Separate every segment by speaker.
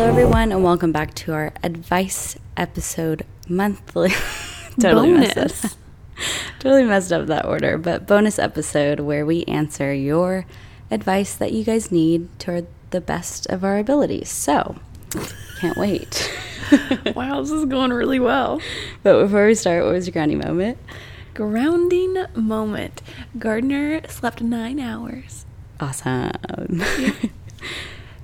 Speaker 1: everyone, and welcome back to our advice episode monthly. messed
Speaker 2: Bonus.
Speaker 1: up. totally messed up that order, but bonus episode where we answer your advice that you guys need toward the best of our abilities. So, can't wait.
Speaker 2: wow, this is going really well.
Speaker 1: but before we start, what was your grounding moment?
Speaker 2: Grounding moment. Gardner slept nine hours.
Speaker 1: Awesome.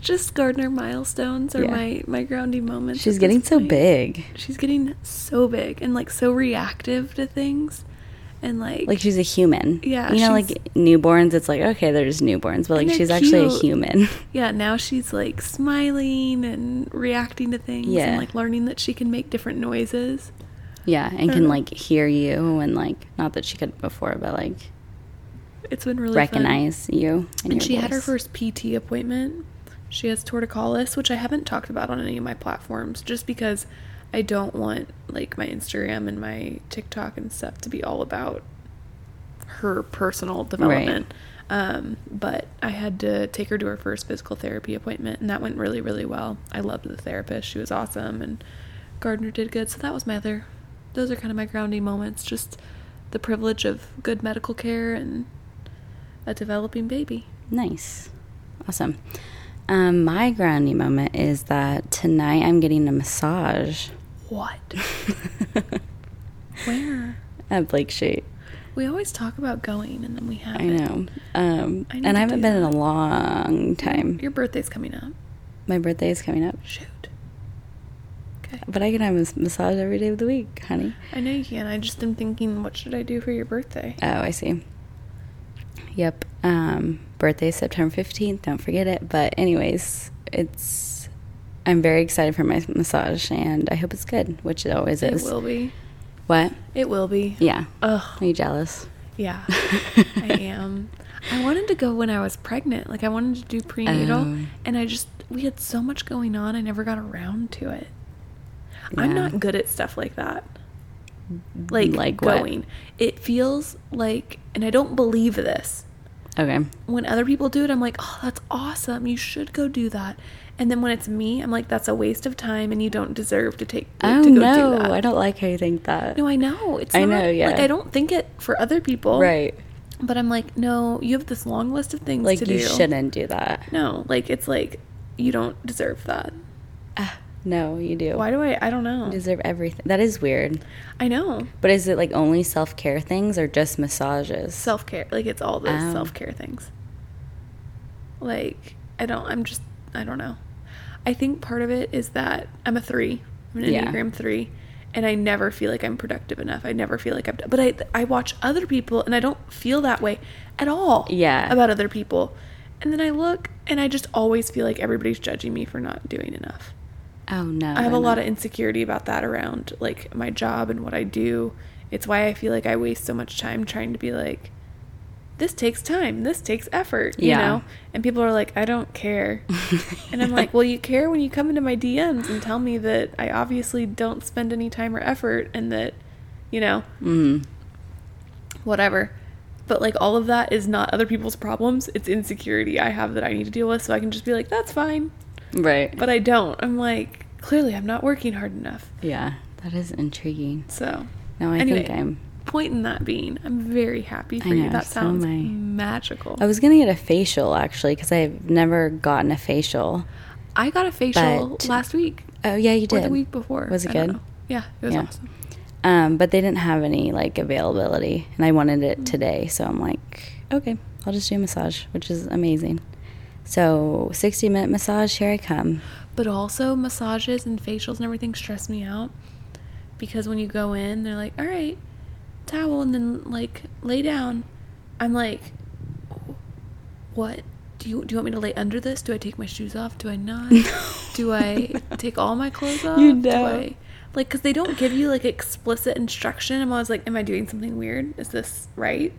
Speaker 2: Just Gardner milestones are
Speaker 1: Yeah.
Speaker 2: my my grounding moments.
Speaker 1: She's
Speaker 2: at this
Speaker 1: getting so
Speaker 2: point.
Speaker 1: big.
Speaker 2: She's getting so big and like so reactive to things, and like
Speaker 1: Like she's a human.
Speaker 2: Yeah,
Speaker 1: You know,
Speaker 2: she's-
Speaker 1: like newborns, it's like, okay, they're just newborns, but
Speaker 2: And
Speaker 1: like
Speaker 2: they're
Speaker 1: she's actually a
Speaker 2: cute.
Speaker 1: human.
Speaker 2: yeah. Now she's like smiling and reacting to things
Speaker 1: Yeah.
Speaker 2: and like learning that she can make different noises.
Speaker 1: Yeah, and can
Speaker 2: Mhm.
Speaker 1: like hear you and like not that she could before, but like
Speaker 2: It's been really fun.
Speaker 1: recognize you. And, your
Speaker 2: and she had her
Speaker 1: voice.
Speaker 2: first PT appointment. She has torticollis, which I haven't talked about on any of my platforms just because I don't want like my Instagram and my TikTok and stuff to be all about her personal development. Um, but I had to take her to her first physical therapy appointment and that went really, really well. I loved the therapist. She was awesome and Gardner did good. So that was my other those are kind of my grounding moments, just the privilege of good medical care and a developing baby.
Speaker 1: Nice. Awesome. Um, my grounding moment is that tonight I'm getting a massage
Speaker 2: What? Where?
Speaker 1: at Blake Street.
Speaker 2: We always talk about going and then we haven't.
Speaker 1: I know. Um,
Speaker 2: I need
Speaker 1: and
Speaker 2: to
Speaker 1: I haven't
Speaker 2: do
Speaker 1: been in a
Speaker 2: that.
Speaker 1: long time.
Speaker 2: Your birthday's coming up.
Speaker 1: My birthday is coming up.
Speaker 2: Shoot. Okay.
Speaker 1: But I can have a s- massage every day of the week, honey.
Speaker 2: I know you can. I just am thinking, what should I do for your birthday?
Speaker 1: Oh, I see. Yep. Um, birthday is September 15th. Don't forget it. But, anyways, it's. I'm very excited for my massage and I hope it's good, which it always
Speaker 2: it
Speaker 1: is.
Speaker 2: will be.
Speaker 1: What?
Speaker 2: It will be.
Speaker 1: Yeah.
Speaker 2: Ugh.
Speaker 1: Are you jealous?
Speaker 2: Yeah. I am. I wanted to go when I was pregnant. Like I wanted to do prenatal,
Speaker 1: Oh.
Speaker 2: and I just we had so much going on. I never got around to it.
Speaker 1: Yeah. Mm-hmm.
Speaker 2: I'm not good at stuff like that. Like,
Speaker 1: Like what?
Speaker 2: going. It feels like, and I don't believe this.
Speaker 1: Okay.
Speaker 2: When other people do it, I'm like, oh, that's awesome. You should go do that. And then when it's me, I'm like, that's a waste of time, and you don't deserve to take
Speaker 1: Oh,
Speaker 2: to go
Speaker 1: no.
Speaker 2: do that.
Speaker 1: I don't like how you think that.
Speaker 2: No, I know. It's
Speaker 1: I
Speaker 2: not-
Speaker 1: know, yeah.
Speaker 2: Like I don't think it for other people.
Speaker 1: right.
Speaker 2: But I'm like, no, you have this long list of things
Speaker 1: Like,
Speaker 2: to
Speaker 1: you
Speaker 2: do.
Speaker 1: shouldn't do that.
Speaker 2: No, like it's like you don't deserve that.
Speaker 1: Ah, no, you do.
Speaker 2: Why do I? I don't know.
Speaker 1: You deserve everything. That is weird.
Speaker 2: I know
Speaker 1: But is it like only self care things or just massages?
Speaker 2: self care. Like it's all those
Speaker 1: Oh.
Speaker 2: self care things. Like I don't. I'm just. I don't know. I think part of it is that I'm a three. I'm an
Speaker 1: Yeah.
Speaker 2: Enneagram three, and I never feel like I'm productive enough. I never feel like I'm. But I I watch other people, and I don't feel that way at all.
Speaker 1: Yeah.
Speaker 2: About other people, and then I look, and I just always feel like everybody's judging me for not doing enough.
Speaker 1: oh, no.
Speaker 2: I have
Speaker 1: they're
Speaker 2: a lot
Speaker 1: not.
Speaker 2: of insecurity about that around like my job and what I do. It's why I feel like I waste so much time trying to be like, this takes time, this takes effort, you
Speaker 1: Yeah.
Speaker 2: know? And people are like, I don't care. and I'm like, well, you care when you come into my DMs and tell me that I obviously don't spend any time or effort and that, you know, whatever. But like all of that is not other people's problems. It's insecurity I have that I need to deal with. So I can just be like, that's fine
Speaker 1: Right.
Speaker 2: but I don't. I'm like, clearly I'm not working hard enough.
Speaker 1: Yeah, that is intriguing.
Speaker 2: So,
Speaker 1: No, I
Speaker 2: Anyway.
Speaker 1: think I'm.
Speaker 2: point in that being, I'm very happy for
Speaker 1: I
Speaker 2: you.
Speaker 1: know,
Speaker 2: That
Speaker 1: so
Speaker 2: sounds
Speaker 1: am I.
Speaker 2: magical.
Speaker 1: I was gonna get a facial actually because I've never gotten a facial.
Speaker 2: I got a facial
Speaker 1: But-
Speaker 2: last week
Speaker 1: Oh yeah, you
Speaker 2: or
Speaker 1: did.
Speaker 2: the week before.
Speaker 1: Was it
Speaker 2: I don't
Speaker 1: good?
Speaker 2: know. Yeah, it was
Speaker 1: Yeah.
Speaker 2: awesome.
Speaker 1: Um, but they didn't have any like availability, and I wanted it today, so I'm like, okay, I'll just do a massage, which is amazing. So 60 minute massage, here I come.
Speaker 2: But also massages and facials and everything stress me out because when you go in, they're like, "All right, towel," and then like lay down. I'm like, "What? Do you do you want me to lay under this? Do I take my shoes off? Do I not? Do I take all my clothes off?
Speaker 1: You
Speaker 2: Do
Speaker 1: know.
Speaker 2: I, like, because they don't give you like explicit instruction. I'm always like, "Am I doing something weird? Is this right?"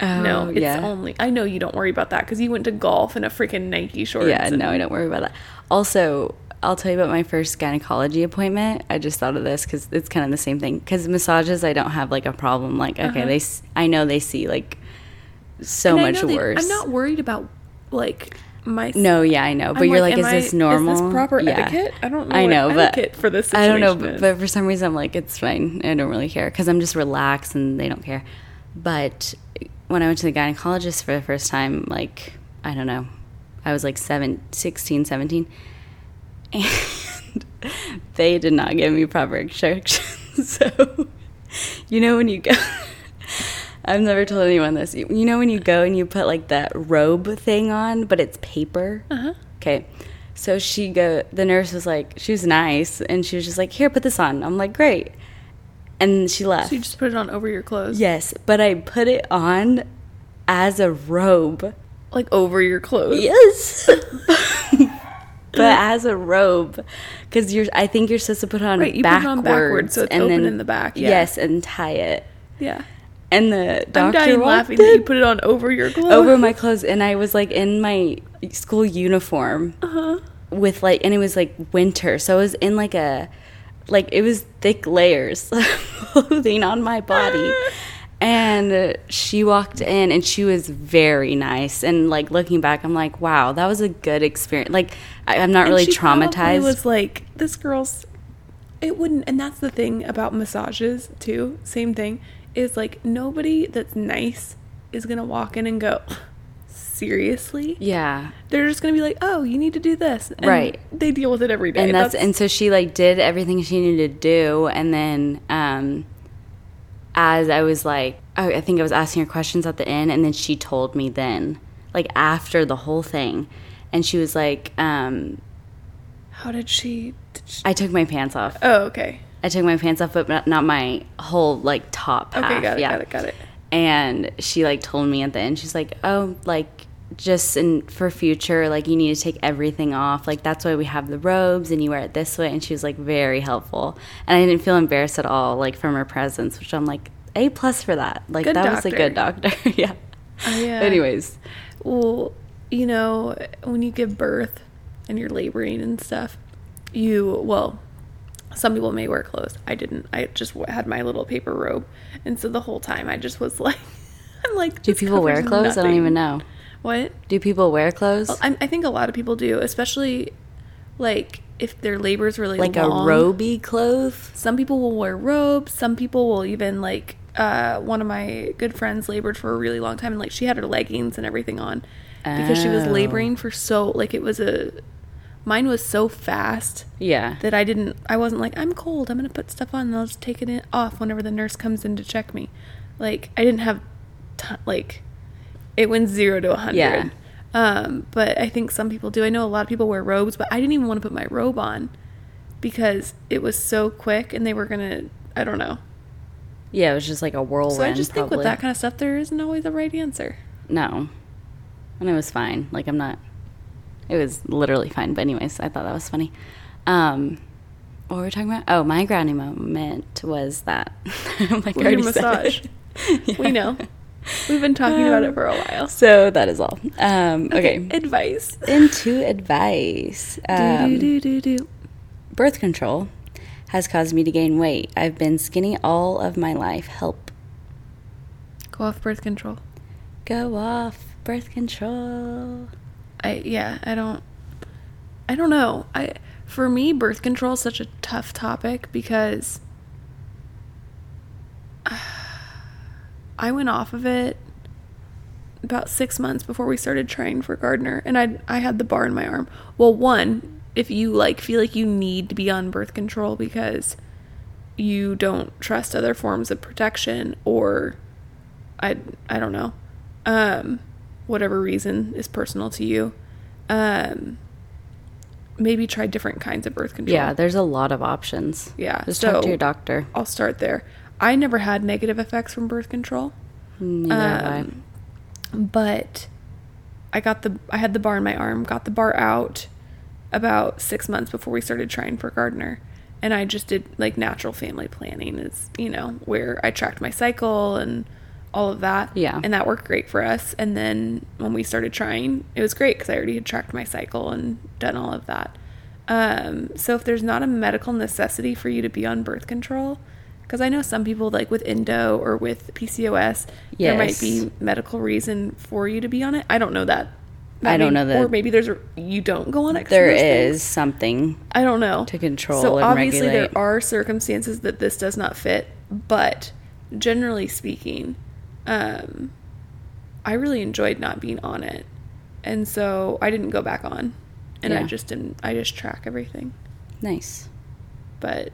Speaker 1: Oh,
Speaker 2: no, it's
Speaker 1: yeah.
Speaker 2: only. I know you don't worry about that because you went to golf in a freaking Nike shorts.
Speaker 1: Yeah,
Speaker 2: and-
Speaker 1: no, I don't worry about that. Also, I'll tell you about my first gynecology appointment. I just thought of this because it's kind of the same thing. Because massages, I don't have like a problem. Like, okay,
Speaker 2: Uh-huh.
Speaker 1: they, s- I know they see like so
Speaker 2: And I
Speaker 1: much
Speaker 2: know that-
Speaker 1: worse.
Speaker 2: I'm not worried about like my
Speaker 1: No, yeah, I know. But
Speaker 2: I'm
Speaker 1: you're like,
Speaker 2: am
Speaker 1: is
Speaker 2: I-
Speaker 1: this normal?
Speaker 2: Is this proper
Speaker 1: Yeah.
Speaker 2: etiquette? I don't know.
Speaker 1: I
Speaker 2: what
Speaker 1: know, but
Speaker 2: etiquette for this
Speaker 1: I don't
Speaker 2: situation
Speaker 1: know, but,
Speaker 2: is.
Speaker 1: but for some reason I'm like, it's fine. I don't really care because I'm just relaxed and they don't care. But when I went to the gynecologist for the first time, like, I don't know, I was like seven, 16, 17, and they did not give me proper instructions. So, you know, when you go. I've never told anyone this. You you know when you go and you put like that robe thing on, but it's paper?
Speaker 2: Uh-huh.
Speaker 1: Okay. So she go the nurse was like she was nice and she was just like, Here, put this on. I'm like, Great. And she left.
Speaker 2: So you just put it on over your clothes.
Speaker 1: yes, but I put it on as a robe.
Speaker 2: Like over your clothes.
Speaker 1: Yes. but as a robe because you're I think you're supposed to put it on
Speaker 2: Right, you put it
Speaker 1: backwards,
Speaker 2: on backwards, so it's
Speaker 1: and
Speaker 2: open
Speaker 1: then-
Speaker 2: in the back, yeah.
Speaker 1: Yes, and tie it.
Speaker 2: Yeah.
Speaker 1: And the doctor
Speaker 2: I'm dying
Speaker 1: walked
Speaker 2: laughing
Speaker 1: in.
Speaker 2: that you put it on over your clothes.
Speaker 1: over my clothes and I was like in my school uniform
Speaker 2: Uh-huh.
Speaker 1: with like and it was like winter so I was in like a like it was thick layers of clothing on my body and she walked in and she was very nice and like looking back I'm like wow that was a good experience like I, I'm not
Speaker 2: And
Speaker 1: really
Speaker 2: she probably
Speaker 1: traumatized
Speaker 2: was like, this girl's. It wouldn't, and that's the thing about massages too. Same thing is like nobody that's nice is gonna walk in and go, seriously.
Speaker 1: yeah
Speaker 2: They're just gonna be like, oh, you need to do this, and
Speaker 1: Right.
Speaker 2: They deal with it every day.
Speaker 1: and that's, and so she like did everything she needed to do and then um as i was like oh, I, I think i was asking her questions at the end and then she told me then like after the whole thing and she was like um
Speaker 2: how did she? Did she
Speaker 1: i took my pants off
Speaker 2: oh, okay.
Speaker 1: i took my pants off but not, not my whole like top
Speaker 2: Okay,
Speaker 1: half.
Speaker 2: got it,
Speaker 1: yeah
Speaker 2: got it, got it.
Speaker 1: and she like told me at the end she's like oh like just in for future like you need to take everything off like that's why we have the robes and you wear it this way and she was like very helpful and i didn't feel embarrassed at all like from her presence which i'm like a plus for that like
Speaker 2: Good Oh,
Speaker 1: that was a good doctor yeah
Speaker 2: yeah.
Speaker 1: anyways
Speaker 2: Well, you know, when you give birth and you're laboring and stuff, you, well, some people may wear clothes. I didn't. I just w- had my little paper robe. And so the whole time I just was like, I'm like,
Speaker 1: do
Speaker 2: "This
Speaker 1: people wear
Speaker 2: covers
Speaker 1: clothes i don't even
Speaker 2: nothing."
Speaker 1: know
Speaker 2: What?
Speaker 1: do people wear clothes
Speaker 2: I, I think a lot of people do, especially like if their labor is really
Speaker 1: like
Speaker 2: long.
Speaker 1: a roby clothes
Speaker 2: Some people will wear robes. Some people will even like uh, one of my good friends labored for a really long time, and like she had her leggings and everything on because she was
Speaker 1: Oh.
Speaker 2: laboring for so like it was a mine was so fast
Speaker 1: yeah
Speaker 2: that I didn't I wasn't like I'm cold I'm gonna put stuff on and I'll just take it in, off whenever the nurse comes in to check me like I didn't have t- like it went zero to a hundred
Speaker 1: Yeah.
Speaker 2: um but I think some people do I know a lot of people wear robes but I didn't even want to put my robe on because it was so quick and they were gonna I don't know
Speaker 1: yeah it was just like a whirlwind
Speaker 2: so I just think with
Speaker 1: probably.
Speaker 2: that kind of stuff there isn't always a right answer
Speaker 1: No. And it was fine. Like I'm not it was literally fine. But anyways, I thought that was funny. Um what were we talking about? Oh, my grounding moment was that. I'm like, I
Speaker 2: Well, your
Speaker 1: already said
Speaker 2: massage.
Speaker 1: it.
Speaker 2: we
Speaker 1: Yeah.
Speaker 2: know we've been talking about it for a while
Speaker 1: So that is all. Um, okay.
Speaker 2: advice
Speaker 1: Into advice. Um,
Speaker 2: do, do, do, do.
Speaker 1: Birth control has caused me to gain weight. I've been skinny all of my life. Help.
Speaker 2: Go off birth control.
Speaker 1: Go off birth control.
Speaker 2: I yeah, I don't I don't know. I for me birth control is such a tough topic because I went off of it about 6 months before we started trying for Gardner and I I had the bar in my arm. Well, one, if you like feel like you need to be on birth control because you don't trust other forms of protection or I I don't know. Um whatever reason is personal to you. Um maybe try different kinds of birth control.
Speaker 1: Yeah, there's a lot of options.
Speaker 2: Yeah,
Speaker 1: Just
Speaker 2: so-
Speaker 1: talk to your doctor.
Speaker 2: I'll start there. I never had negative effects from birth control,
Speaker 1: Neither have I.
Speaker 2: Um, but I got the I had the bar in my arm, got the bar out about 6 months before we started trying for Gardner. And I just did like natural family planning is, you know, where I tracked my cycle and all of that.
Speaker 1: Yeah.
Speaker 2: And that worked great for us. And then when we started trying, it was great because I already had tracked my cycle and done all of that. Um, so if there's not a medical necessity for you to be on birth control, because I know some people like with endo or with PCOS, there might
Speaker 1: Yes.
Speaker 2: be medical reason for you to be on it. I don't know that
Speaker 1: I don't know that-
Speaker 2: Or maybe there's a, you don't go on it. 'cause
Speaker 1: There
Speaker 2: there's things-
Speaker 1: is something
Speaker 2: I don't know.
Speaker 1: to control
Speaker 2: So
Speaker 1: and
Speaker 2: obviously
Speaker 1: regulate.
Speaker 2: there are circumstances that this does not fit, but generally speaking, um, I really enjoyed not being on it, and so I didn't go back on, and I
Speaker 1: Yeah.
Speaker 2: just didn't. I just track everything,
Speaker 1: nice.
Speaker 2: but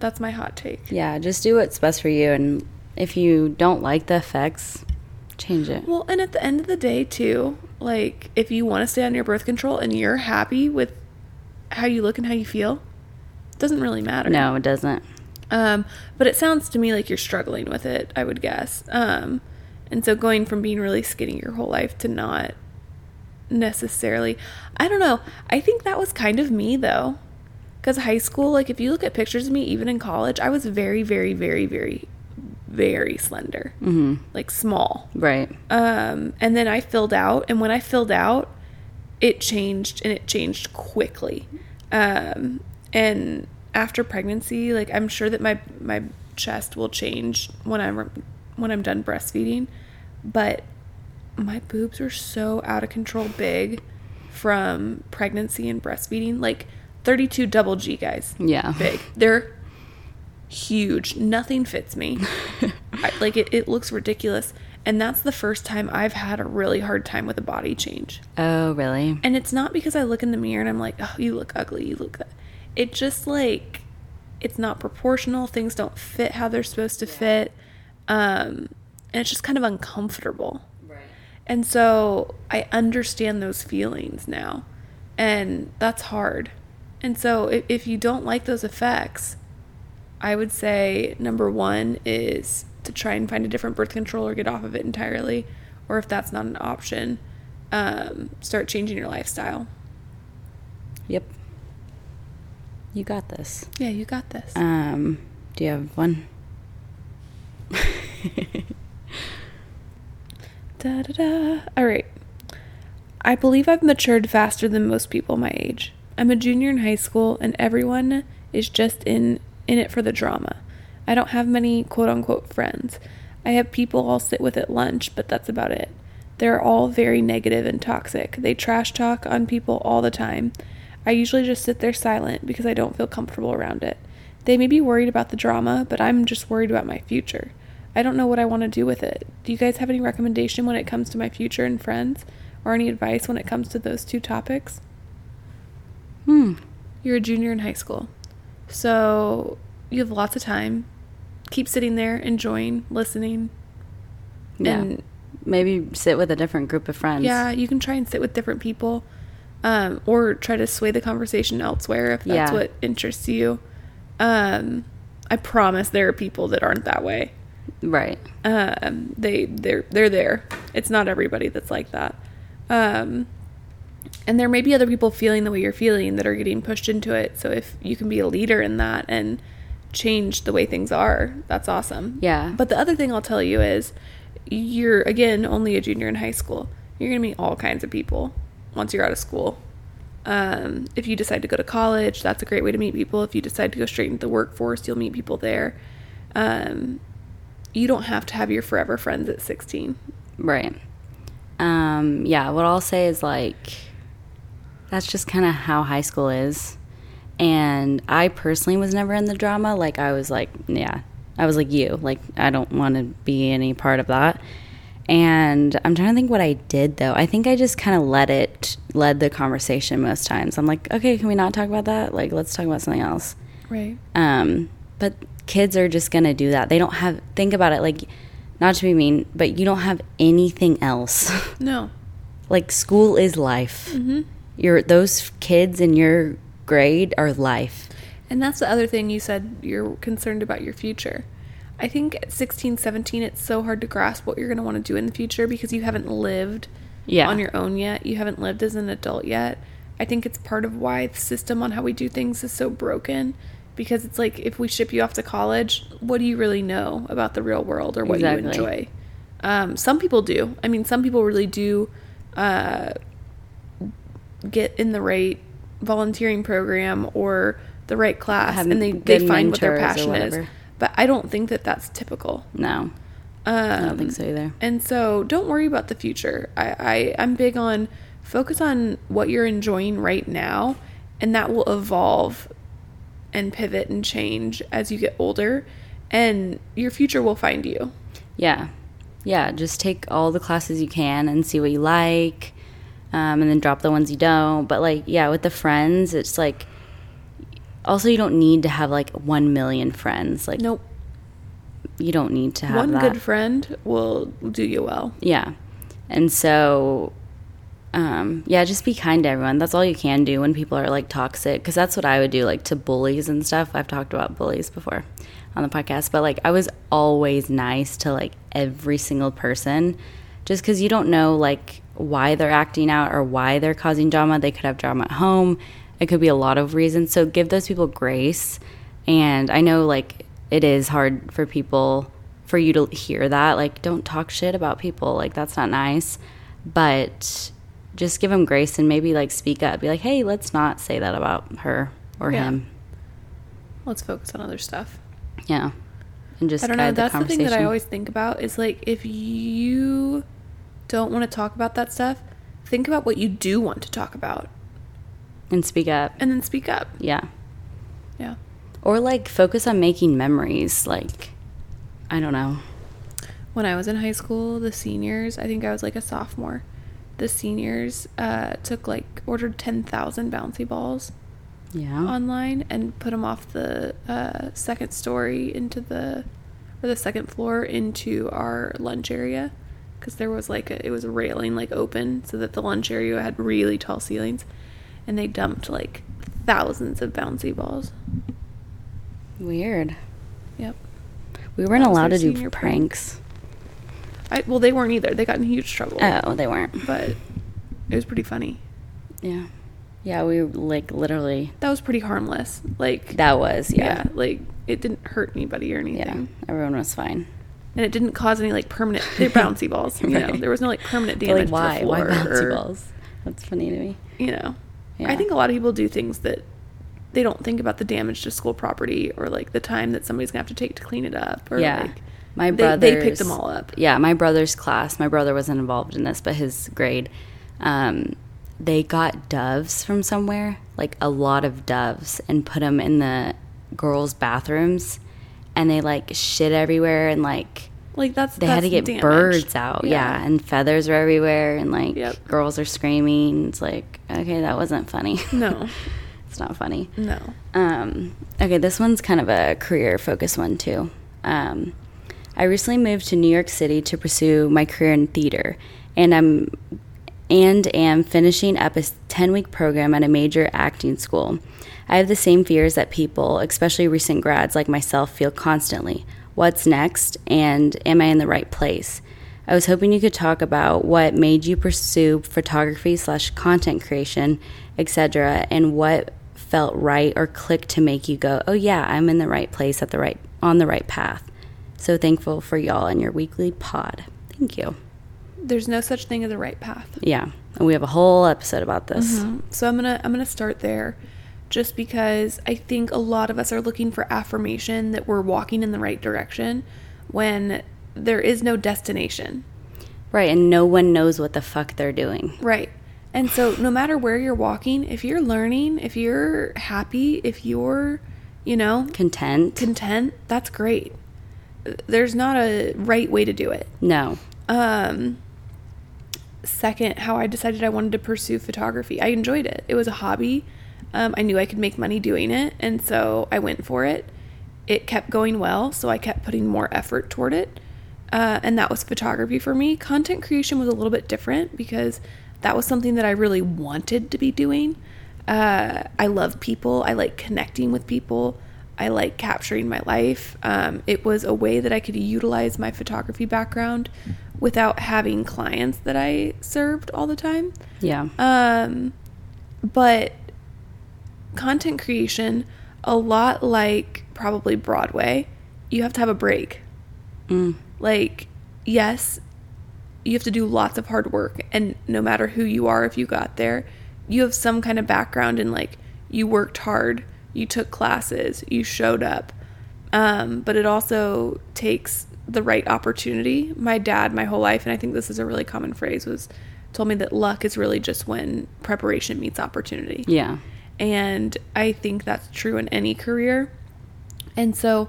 Speaker 2: that's my hot take.
Speaker 1: Yeah, just do what's best for you. And if you don't like the effects, change it.
Speaker 2: Well, and at the end of the day, too, like if you want to stay on your birth control and you're happy with how you look and how you feel, it doesn't really matter.
Speaker 1: No, it doesn't.
Speaker 2: Um, but it sounds to me like you're struggling with it, I would guess. Um, and so going from being really skinny your whole life to not necessarily, I don't know. I think that was kind of me though. Because high school, like if you look at pictures of me, even in college, I was very, very, very, very, very slender, mm-hmm. like small.
Speaker 1: Right.
Speaker 2: Um, and then I filled out, and when I filled out, it changed and it changed quickly. Um, and after pregnancy, like I'm sure that my my chest will change when I'm when I'm done breastfeeding, but my boobs were so out of control big from pregnancy and breastfeeding, like 32 double G guys
Speaker 1: Yeah.
Speaker 2: big. They're huge. Nothing fits me. I, like it, it looks ridiculous. And that's the first time I've had a really hard time with a body change.
Speaker 1: Oh, really?
Speaker 2: And it's not because I look in the mirror and I'm like, oh, you look ugly, you look that. It just like, it's not proportional. Things don't fit how they're supposed to fit. Um, and it's just kind of uncomfortable.
Speaker 1: Right.
Speaker 2: And so I understand those feelings now. And that's hard. And so if, if you don't like those effects, I would say number one is to try and find a different birth control or get off of it entirely. Or if that's not an option, um, start changing your lifestyle.
Speaker 1: Yep. You got this.
Speaker 2: Yeah, you got this.
Speaker 1: Um, do you have one?
Speaker 2: Da da da. All right. I believe I've matured faster than most people my age. I'm a junior in high school, and everyone is just in in it for the drama. I don't have many quote unquote friends. I have people I'll sit with at lunch, but that's about it. They're all very negative and toxic. They trash talk on people all the time. I usually just sit there silent because I don't feel comfortable around it. They may be worried about the drama, but I'm just worried about my future. I don't know what I want to do with it. Do you guys have any recommendation when it comes to my future and friends, or any advice when it comes to those two topics?
Speaker 1: Hmm.
Speaker 2: You're a junior in high school, so you have lots of time. Keep sitting there, enjoying, listening.
Speaker 1: Yeah.
Speaker 2: And
Speaker 1: Maybe sit with a different group of friends.
Speaker 2: yeah, you can try and sit with different people, um, or try to sway the conversation elsewhere if
Speaker 1: Yeah.
Speaker 2: that's what interests you. Um, I promise there are people that aren't that way.
Speaker 1: Right.
Speaker 2: um, they they're they're there. It's not everybody that's like that. Um, and there may be other people feeling the way you're feeling that are getting pushed into it. So if you can be a leader in that and change the way things are, that's awesome.
Speaker 1: Yeah.
Speaker 2: But the other thing I'll tell you is you're again only a junior in high school. You're going to meet all kinds of people once you're out of school. Um, if you decide to go to college, that's a great way to meet people. If you decide to go straight into the workforce, you'll meet people there. Um, you don't have to have your forever friends at 16.
Speaker 1: Right. Um, yeah, what I'll say is like that's just kind of how high school is. And I personally was never in the drama. Like I was like, yeah, I was like you. Like I don't want to be any part of that. And I'm trying to think what I did though. I think I just kind of let it led the conversation most times. I'm like, okay, can we not talk about that? Like let's talk about something else.
Speaker 2: Right.
Speaker 1: Um, but kids are just gonna do that. They don't have think about it like not to be mean, but you don't have anything else.
Speaker 2: No.
Speaker 1: like school is life.
Speaker 2: Mm-hmm.
Speaker 1: Your those kids in your grade are life.
Speaker 2: And that's the other thing you said you're concerned about your future. I think at 16, 17, it's so hard to grasp what you're going to want to do in the future because you haven't lived
Speaker 1: Yeah.
Speaker 2: on your own yet. You haven't lived as an adult yet. I think it's part of why the system on how we do things is so broken because it's like if we ship you off to college, what do you really know about the real world or what
Speaker 1: Exactly.
Speaker 2: you enjoy? Um, some people do. I mean, some people really do uh, get in the right volunteering program or the right class
Speaker 1: Have
Speaker 2: and they,
Speaker 1: good
Speaker 2: they find what their
Speaker 1: mentors or
Speaker 2: passion is.
Speaker 1: whatever.
Speaker 2: But I don't think that that's typical. Um,
Speaker 1: No, I don't think so either.
Speaker 2: And so don't worry about the future. I, I, I'm big on focus on what you're enjoying right now, and that will evolve and pivot and change as you get older, and your future will find you.
Speaker 1: Yeah. Yeah. Just take all the classes you can and see what you like, um, and then drop the ones you don't. But, like, yeah, with the friends, it's like, also, you don't need to have like 1 million friends. Like,
Speaker 2: Nope.
Speaker 1: you don't need to have
Speaker 2: One
Speaker 1: that.
Speaker 2: good friend will do you well.
Speaker 1: Yeah. And so, um, yeah, just be kind to everyone. That's all you can do when people are like toxic. Cause that's what I would do, like to bullies and stuff. I've talked about bullies before on the podcast, but like I was always nice to like every single person just cause you don't know like why they're acting out or why they're causing drama. They could have drama at home. It could be a lot of reasons. So give those people grace. And I know like it is hard for people for you to hear that. Like, don't talk shit about people. Like, that's not nice. But just give them grace and maybe like speak up. Be like, hey, let's not say that about her or
Speaker 2: Yeah.
Speaker 1: him.
Speaker 2: Let's focus on other stuff.
Speaker 1: Yeah. And just
Speaker 2: I don't know.
Speaker 1: guide
Speaker 2: That's
Speaker 1: the
Speaker 2: the, thing
Speaker 1: conversation.
Speaker 2: that I always think about is like if you don't want to talk about that stuff, think about what you do want to talk about
Speaker 1: and speak up.
Speaker 2: and then speak up.
Speaker 1: Yeah.
Speaker 2: Yeah.
Speaker 1: Or like focus on making memories. Like, I don't know.
Speaker 2: When I was in high school, the seniors, I think I was like a sophomore, the seniors uh, took like ordered 10,000 bouncy balls
Speaker 1: Yeah.
Speaker 2: online and put them off the uh, second story into the or the second floor into our lunch area because there was like a, it was a railing like open so that the lunch area had really tall ceilings and they dumped like thousands of bouncy balls
Speaker 1: Weird.
Speaker 2: yep
Speaker 1: We weren't
Speaker 2: That was
Speaker 1: allowed to
Speaker 2: our
Speaker 1: do
Speaker 2: senior prank.
Speaker 1: pranks.
Speaker 2: I, well they weren't either they got in huge trouble
Speaker 1: Oh, they weren't.
Speaker 2: but it was pretty funny
Speaker 1: Yeah. Yeah, we like literally.
Speaker 2: that was pretty harmless like
Speaker 1: That was, yeah.
Speaker 2: yeah, like it didn't hurt anybody or anything
Speaker 1: yeah. Everyone was fine.
Speaker 2: and it didn't cause any like permanent they're bouncy balls you know
Speaker 1: Right.
Speaker 2: there was no like permanent
Speaker 1: But,
Speaker 2: damage
Speaker 1: like why?
Speaker 2: to the floor
Speaker 1: why bouncy
Speaker 2: or,
Speaker 1: balls? That's funny to me.
Speaker 2: you know i
Speaker 1: Yeah.
Speaker 2: think a lot of people do things that they don't think about the damage to school property or like the time that somebody's gonna have to take to clean it up or
Speaker 1: yeah,
Speaker 2: like
Speaker 1: my
Speaker 2: they,
Speaker 1: brother.
Speaker 2: they picked them all up
Speaker 1: Yeah, my brother's class. My brother wasn't involved in this, but his grade, um, they got doves from somewhere, like a lot of doves, and put them in the girls' bathrooms, and they like shit everywhere, and like
Speaker 2: like that's
Speaker 1: they had to
Speaker 2: that's
Speaker 1: get
Speaker 2: damage.
Speaker 1: birds out. Yeah.
Speaker 2: yeah
Speaker 1: and feathers were everywhere, and like
Speaker 2: Yep.
Speaker 1: girls are screaming. It's like okay, that wasn't funny.
Speaker 2: no
Speaker 1: it's not funny.
Speaker 2: no
Speaker 1: Um, okay, this one's kind of a career focused one too. Um, I recently moved to New York City to pursue my career in theater, and I'm and am finishing up a 10 week program at a major acting school. I have the same fears that people, especially recent grads like myself, feel constantly. What's next, and am I in the right place? I was hoping you could talk about what made you pursue photography slash content creation, etc., and what felt right or clicked to make you go, "Oh yeah, I'm in the right place at the right on the right path." So thankful for y'all and your weekly pod. Thank you.
Speaker 2: there's no such thing as a right path
Speaker 1: Yeah, and we have a whole episode about this.
Speaker 2: so i'm gonna i'm gonna start there just because i think a lot of us are looking for affirmation that we're walking in the right direction when there is no destination
Speaker 1: Right, and no one knows what the fuck they're doing.
Speaker 2: Right. And so, no matter where you're walking, if you're learning, if you're happy, if you're, you know,
Speaker 1: Content?
Speaker 2: content, that's great. There's not a right way to do it.
Speaker 1: no.
Speaker 2: Um, second, how I decided I wanted to pursue photography. I enjoyed it, it was a hobby. Um, I knew I could make money doing it. And so, I went for it. It kept going well. So, I kept putting more effort toward it. Uh, and that was photography for me. Content creation was a little bit different because that was something that I really wanted to be doing. Uh, I love people. I like connecting with people. I like capturing my life. Um, it was a way that I could utilize my photography background without having clients that I served all the time.
Speaker 1: Yeah.
Speaker 2: Um, but content creation, a lot like probably Broadway, you have to have a break. Like, yes, you have to do lots of hard work. And no matter who you are, if you got there, you have some kind of background in like you worked hard, you took classes, you showed up. Um, but it also takes the right opportunity. My dad, my whole life, and I think this is a really common phrase, was told me that luck is really just when preparation meets opportunity.
Speaker 1: Yeah.
Speaker 2: And I think that's true in any career. And so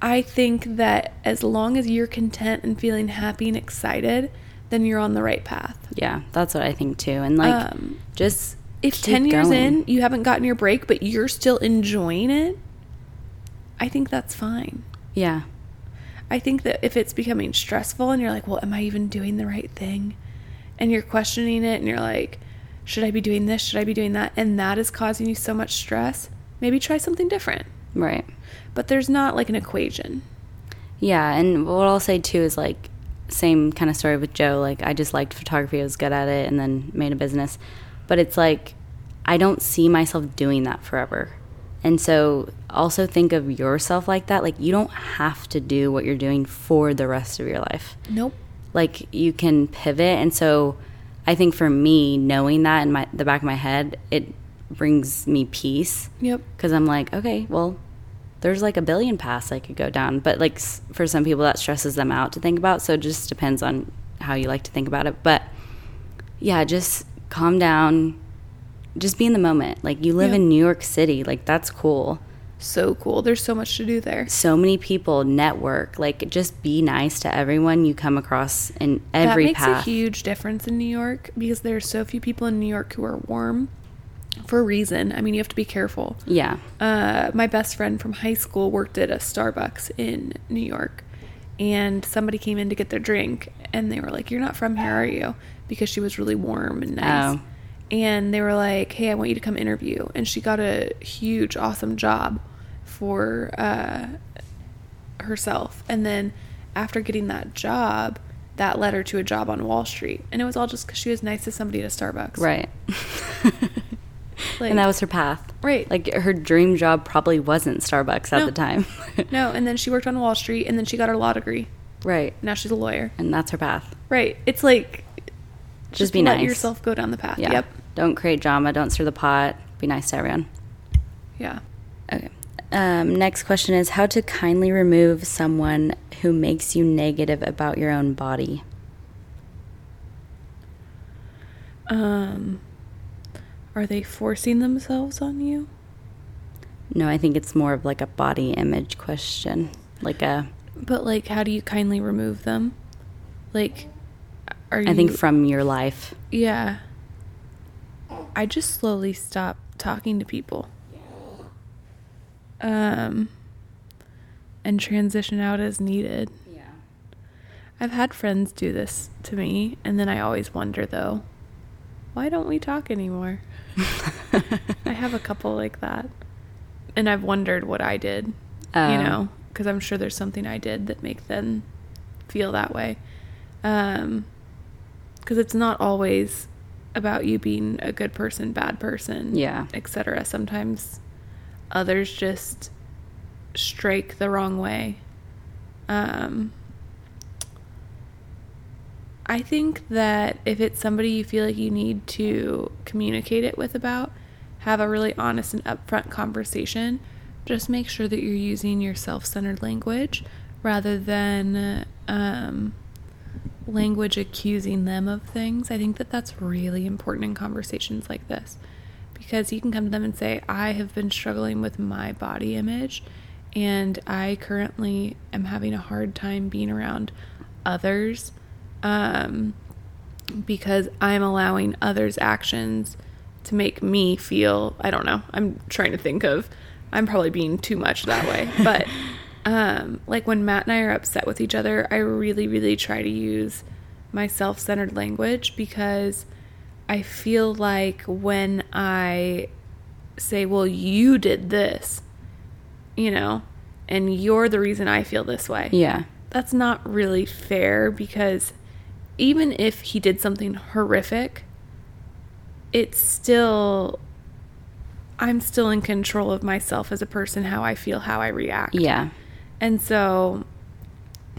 Speaker 2: I think that as long as you're content and feeling happy and excited, then you're on the right path.
Speaker 1: Yeah. That's what I think too. And like,
Speaker 2: Um,
Speaker 1: just
Speaker 2: If
Speaker 1: keep
Speaker 2: 10 years
Speaker 1: going.
Speaker 2: in, you haven't gotten your break, but you're still enjoying it, I think that's fine.
Speaker 1: Yeah.
Speaker 2: I think that if it's becoming stressful and you're like, well, am I even doing the right thing? And you're questioning it and you're like, should I be doing this? Should I be doing that? And that is causing you so much stress, maybe try something different.
Speaker 1: Right.
Speaker 2: But there's not like an equation.
Speaker 1: Yeah, and what I'll say too is like same kind of story with Joe. Like I just liked photography, I was good at it, and then made a business. But it's like I don't see myself doing that forever. And so also think of yourself like that. Like you don't have to do what you're doing for the rest of your life
Speaker 2: Nope.
Speaker 1: like you can pivot and so i think for me knowing that in my the back of my head it brings me peace
Speaker 2: Yep.
Speaker 1: because i'm like okay well there's like a billion paths i could go down but like s- for some people that stresses them out to think about so it just depends on how you like to think about it but yeah just calm down just be in the moment like you live
Speaker 2: Yeah.
Speaker 1: in new york city like that's cool
Speaker 2: So cool. There's so much to do there.
Speaker 1: so many people network like just be nice to everyone you come across in every
Speaker 2: that makes
Speaker 1: path
Speaker 2: a huge difference in New York because there are so few people in New York who are warm for a reason. I mean, you have to be careful.
Speaker 1: yeah
Speaker 2: uh, my best friend from high school worked at a Starbucks in New York, and somebody came in to get their drink, and they were like, "You're not from here, are you?" Because she was really warm and nice.
Speaker 1: Oh.
Speaker 2: And they were like, "Hey, I want you to come interview," and she got a huge, awesome job for uh, herself. And then after getting that job, that led her to a job on Wall Street, and it was all just because she was nice to somebody at a Starbucks.
Speaker 1: Right.
Speaker 2: Like,
Speaker 1: and that was her path.
Speaker 2: Right.
Speaker 1: Like her dream job probably wasn't Starbucks at
Speaker 2: No.
Speaker 1: the time.
Speaker 2: no. And then she worked on Wall Street, and then she got her law degree.
Speaker 1: Right.
Speaker 2: Now she's a lawyer.
Speaker 1: And that's her path.
Speaker 2: Right. It's like
Speaker 1: Just, be
Speaker 2: let
Speaker 1: nice.
Speaker 2: yourself go down the path.
Speaker 1: Yeah.
Speaker 2: Yep.
Speaker 1: Don't create drama. Don't stir the pot. Be nice to everyone.
Speaker 2: Yeah.
Speaker 1: Okay. Um, next question is how to kindly remove someone who makes you negative about your own body.
Speaker 2: Um are they forcing themselves on you?
Speaker 1: No, I think it's more of like a body image question. Like a,
Speaker 2: But like how do you kindly remove them? Like are you
Speaker 1: I think from your life.
Speaker 2: Yeah. I just slowly stop talking to people. Um and transition out as needed.
Speaker 1: Yeah.
Speaker 2: I've had friends do this to me, and then I always wonder though, why don't we talk anymore? I have a couple like that, and I've wondered what I did,
Speaker 1: Oh.
Speaker 2: you know, because I'm sure there's something I did that make them feel that way. Um, because it's not always about you being a good person, bad person,
Speaker 1: Yeah.
Speaker 2: etc. Sometimes others just strike the wrong way. Um, I think that if it's somebody you feel like you need to communicate it with about, have a really honest and upfront conversation. Just make sure that you're using your self centered language rather than um, language accusing them of things. I think that that's really important in conversations like this because you can come to them and say, I have been struggling with my body image and I currently am having a hard time being around others um, because I'm allowing others' actions to make me feel, I don't know, I'm trying to think of, I'm probably being too much that way. But um, like when Matt and I are upset with each other, I really, really try to use my self centered language because I feel like when I say, well, you did this, you know, and you're the reason I feel this way
Speaker 1: Yeah.
Speaker 2: that's not really fair because even if he did something horrific, it's still I'm still in control of myself as a person, how I feel, how I react.
Speaker 1: Yeah.
Speaker 2: And so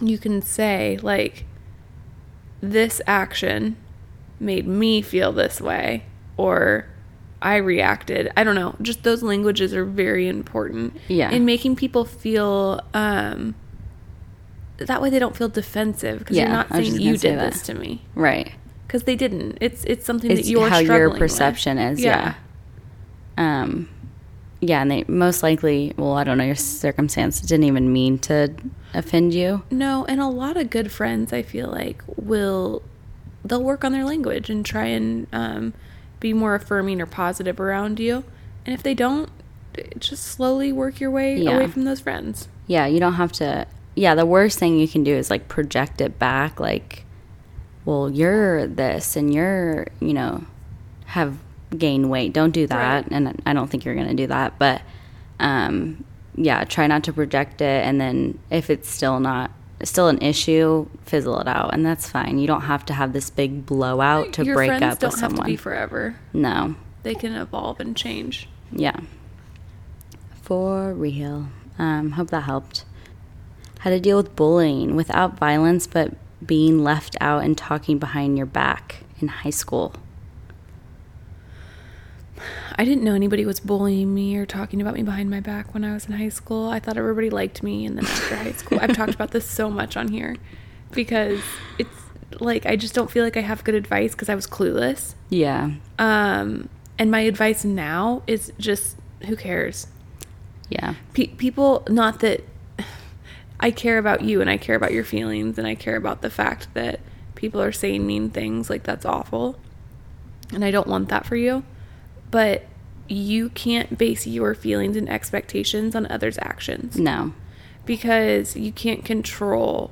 Speaker 2: you can say, like, this action made me feel this way, or I reacted. I don't know. Just those languages are very important.
Speaker 1: Yeah.
Speaker 2: In making people feel, um, that way they don't feel defensive because
Speaker 1: Yeah,
Speaker 2: you're not
Speaker 1: I was
Speaker 2: saying
Speaker 1: just
Speaker 2: you
Speaker 1: gonna say
Speaker 2: did
Speaker 1: that.
Speaker 2: this to me.
Speaker 1: Right.
Speaker 2: because they didn't. It's it's something
Speaker 1: It's
Speaker 2: that you're
Speaker 1: how
Speaker 2: struggling
Speaker 1: your
Speaker 2: with.
Speaker 1: perception is. Yeah. Um, yeah, and they most likely, well, I don't know your circumstance, didn't even mean to offend you.
Speaker 2: No, and a lot of good friends, I feel like, will they'll work on their language and try and um, be more affirming or positive around you. And if they don't, just slowly work your way
Speaker 1: Yeah.
Speaker 2: away from those friends.
Speaker 1: Yeah, you don't have to. Yeah, the worst thing you can do is like project it back, like, well, you're this and you're, you know, have gained weight. Don't do that.
Speaker 2: Right.
Speaker 1: And I don't think you're going to do that. But um, yeah, try not to project it. And then if it's still not, still an issue, fizzle it out. And that's fine. You don't have to have this big blowout to
Speaker 2: Your
Speaker 1: break
Speaker 2: friends
Speaker 1: up
Speaker 2: don't
Speaker 1: with
Speaker 2: have
Speaker 1: someone.
Speaker 2: to be forever.
Speaker 1: no.
Speaker 2: They can evolve and change.
Speaker 1: Yeah. For real. Um, hope that helped. How to deal with bullying without violence, but being left out and talking behind your back in high school.
Speaker 2: I didn't know anybody was bullying me or talking about me behind my back when I was in high school. I thought everybody liked me, and then after high school, I've talked about this so much on here because it's like I just don't feel like I have good advice because I was clueless.
Speaker 1: Yeah.
Speaker 2: Um, and my advice now is just who cares?
Speaker 1: Yeah.
Speaker 2: Pe- people, not that I care about you and I care about your feelings and I care about the fact that people are saying mean things, like that's awful. And I don't want that for you. But you can't base your feelings and expectations on others' actions
Speaker 1: No.
Speaker 2: because you can't control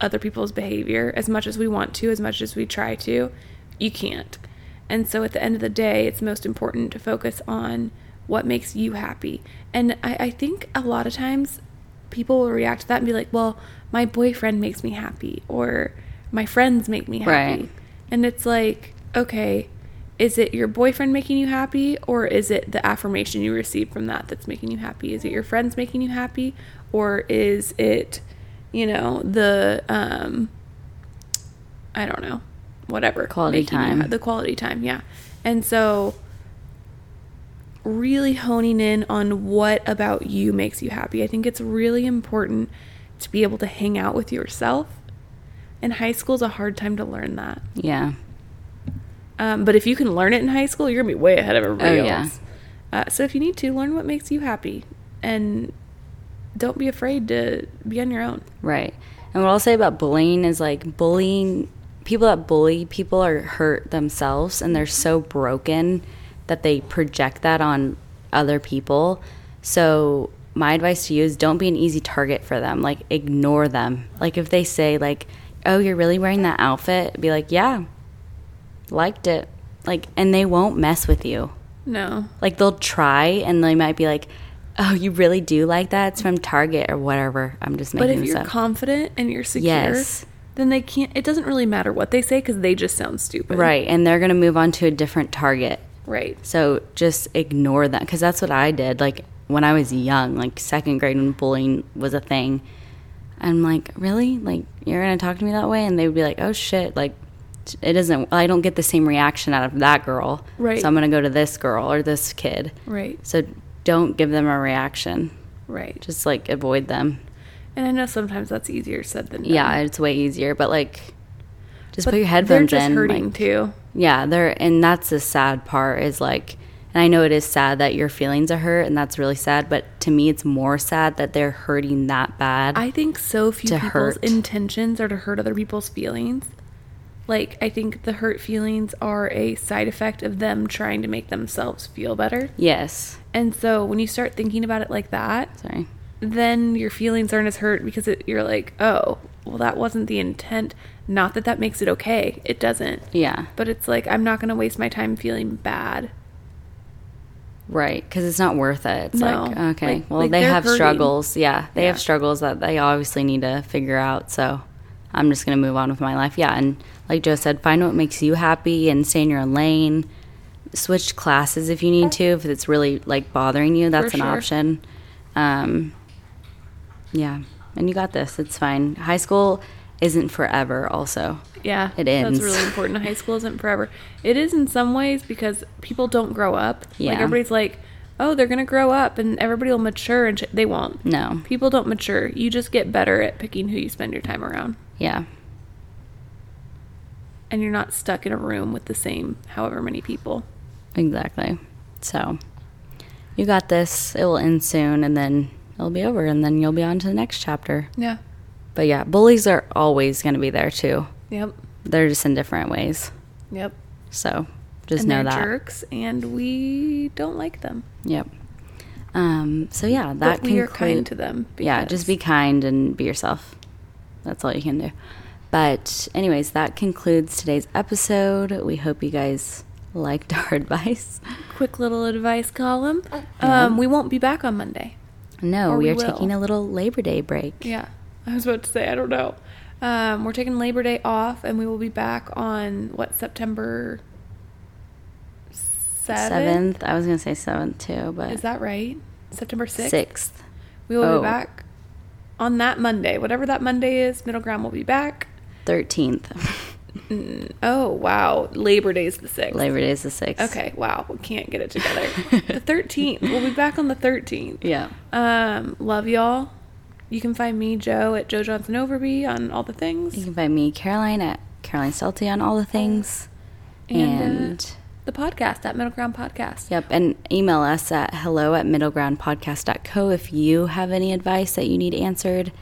Speaker 2: other people's behavior as much as we want to, as much as we try to. You can't. And so at the end of the day, it's most important to focus on what makes you happy. And I, I think a lot of times people will react to that and be like, well, my boyfriend makes me happy, or my friends make me happy.
Speaker 1: Right.
Speaker 2: And it's like, okay, is it your boyfriend making you happy or is it the affirmation you receive from that that's making you happy? Is it your friends making you happy or is it, you know, the um I don't know, whatever.
Speaker 1: Quality
Speaker 2: making you
Speaker 1: time.
Speaker 2: ha- the quality time, yeah. And so really honing in on what about you makes you happy. I think it's really important to be able to hang out with yourself. And high school's a hard time to learn that.
Speaker 1: Yeah.
Speaker 2: Um, but if you can learn it in high school, you're gonna be way ahead of everybody
Speaker 1: Oh, yeah.
Speaker 2: else. Uh, so if you need to, learn what makes you happy, and don't be afraid to be on your own.
Speaker 1: Right. And what I'll say about bullying is like bullying people that bully people are hurt themselves and they're so broken that they project that on other people. So my advice to you is don't be an easy target for them. Like ignore them. Like if they say like, "Oh, you're really wearing that outfit?" be like, "Yeah. Liked it." Like and they won't mess with you
Speaker 2: No,
Speaker 1: like they'll try and they might be like oh you really do like that it's from target or whatever i'm just making
Speaker 2: but if
Speaker 1: this
Speaker 2: you're
Speaker 1: up
Speaker 2: confident and you're secure,
Speaker 1: Yes.
Speaker 2: then they can't. It doesn't really matter what they say because they just sound stupid.
Speaker 1: right and they're going to move on to a different target
Speaker 2: Right.
Speaker 1: so just ignore that because that's what i did like when i was young like second grade when bullying was a thing i'm like really like you're going to talk to me that way and they would be like oh shit like it isn't i don't get the same reaction out of that girl
Speaker 2: Right.
Speaker 1: so i'm going to go to this girl or this kid
Speaker 2: Right.
Speaker 1: so don't give them a reaction
Speaker 2: Right.
Speaker 1: just like avoid them
Speaker 2: and I know sometimes that's easier said than done.
Speaker 1: yeah, it's way easier. But like, just
Speaker 2: But
Speaker 1: put your
Speaker 2: they're
Speaker 1: headphones
Speaker 2: just
Speaker 1: in.
Speaker 2: hurting
Speaker 1: like-
Speaker 2: too.
Speaker 1: yeah, they're and that's the sad part is like, and I know it is sad that your feelings are hurt, and that's really sad. But to me, it's more sad that they're hurting that bad.
Speaker 2: I think so few
Speaker 1: to
Speaker 2: people's
Speaker 1: hurt.
Speaker 2: intentions are to hurt other people's feelings. Like I think the hurt feelings are a side effect of them trying to make themselves feel better.
Speaker 1: yes,
Speaker 2: And so when you start thinking about it like that,
Speaker 1: sorry.
Speaker 2: then your feelings aren't as hurt because it, you're like, "Oh, well that wasn't the intent." Not that that makes it okay. It doesn't.
Speaker 1: Yeah,
Speaker 2: But it's like I'm not going to waste my time feeling bad.
Speaker 1: right. Because it's not worth it. It's like
Speaker 2: No,
Speaker 1: okay,
Speaker 2: like-
Speaker 1: well
Speaker 2: like,
Speaker 1: they
Speaker 2: they're
Speaker 1: have
Speaker 2: hurting.
Speaker 1: struggles. Yeah, they
Speaker 2: Yeah.
Speaker 1: have struggles that they obviously need to figure out. So I'm just gonna move on with my life. Yeah, and like Joe said, find what makes you happy and stay in your lane. switch classes if you need to if it's really like bothering you that's an
Speaker 2: sure.
Speaker 1: option um yeah and you got this it's fine high school isn't forever also
Speaker 2: Yeah.
Speaker 1: It ends.
Speaker 2: That's really important. High school isn't forever. It is in some ways because people don't grow up.
Speaker 1: Yeah.
Speaker 2: Like everybody's like, oh, they're going to grow up and everybody will mature and sh-. they won't.
Speaker 1: no
Speaker 2: People don't mature. You just get better at picking who you spend your time around.
Speaker 1: yeah
Speaker 2: and you're not stuck in a room with the same however many people.
Speaker 1: Exactly. So you got this. It will end soon and then it'll be over and then you'll be on to the next chapter.
Speaker 2: Yeah.
Speaker 1: But yeah, bullies are always going to be there too.
Speaker 2: Yep.
Speaker 1: They're just in different ways.
Speaker 2: Yep.
Speaker 1: So just
Speaker 2: and
Speaker 1: know
Speaker 2: they're
Speaker 1: that.
Speaker 2: jerks, and we don't like them.
Speaker 1: Yep. Um, so yeah, that
Speaker 2: but we are
Speaker 1: conclu-
Speaker 2: kind to them.
Speaker 1: yeah, just be kind and be yourself. That's all you can do. But, anyways, that concludes today's episode. We hope you guys liked our advice.
Speaker 2: quick little advice column. Um, we won't be back on Monday.
Speaker 1: No,
Speaker 2: Or
Speaker 1: we
Speaker 2: we
Speaker 1: are
Speaker 2: will.
Speaker 1: taking a little Labor Day break.
Speaker 2: Yeah, I was about to say I don't know. Um, we're taking Labor Day off, and we will be back on what September seventh.
Speaker 1: Seventh. I was gonna say seventh too, but
Speaker 2: Is that right? September sixth.
Speaker 1: sixth?
Speaker 2: We will
Speaker 1: Oh.
Speaker 2: be back on that Monday, whatever that Monday is. Middle ground will be back.
Speaker 1: Thirteenth.
Speaker 2: Oh wow, Labor Day's the sixth.
Speaker 1: Labor Day is the sixth.
Speaker 2: Okay, wow, we can't get it together. the thirteenth. We'll be back on the thirteenth.
Speaker 1: Yeah.
Speaker 2: Um, love y'all. You can find me, Joe, at Joe Johnson Overby on all the
Speaker 1: You
Speaker 2: things.
Speaker 1: can find me, Caroline, at Caroline Salty on all the things.
Speaker 2: And, uh,
Speaker 1: And
Speaker 2: The podcast at Middle Ground Podcast.
Speaker 1: Yep, and email us at hello at middlegroundpodcast.co if you have any advice that you need answered.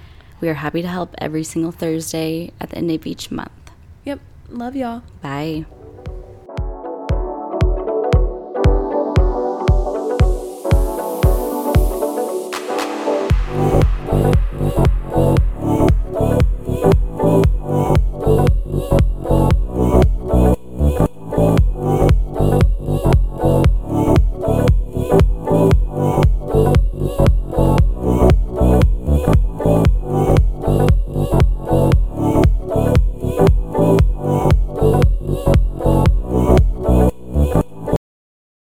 Speaker 1: We are happy to help every single Thursday at the end of each month.
Speaker 2: Yep. Love y'all.
Speaker 1: Bye.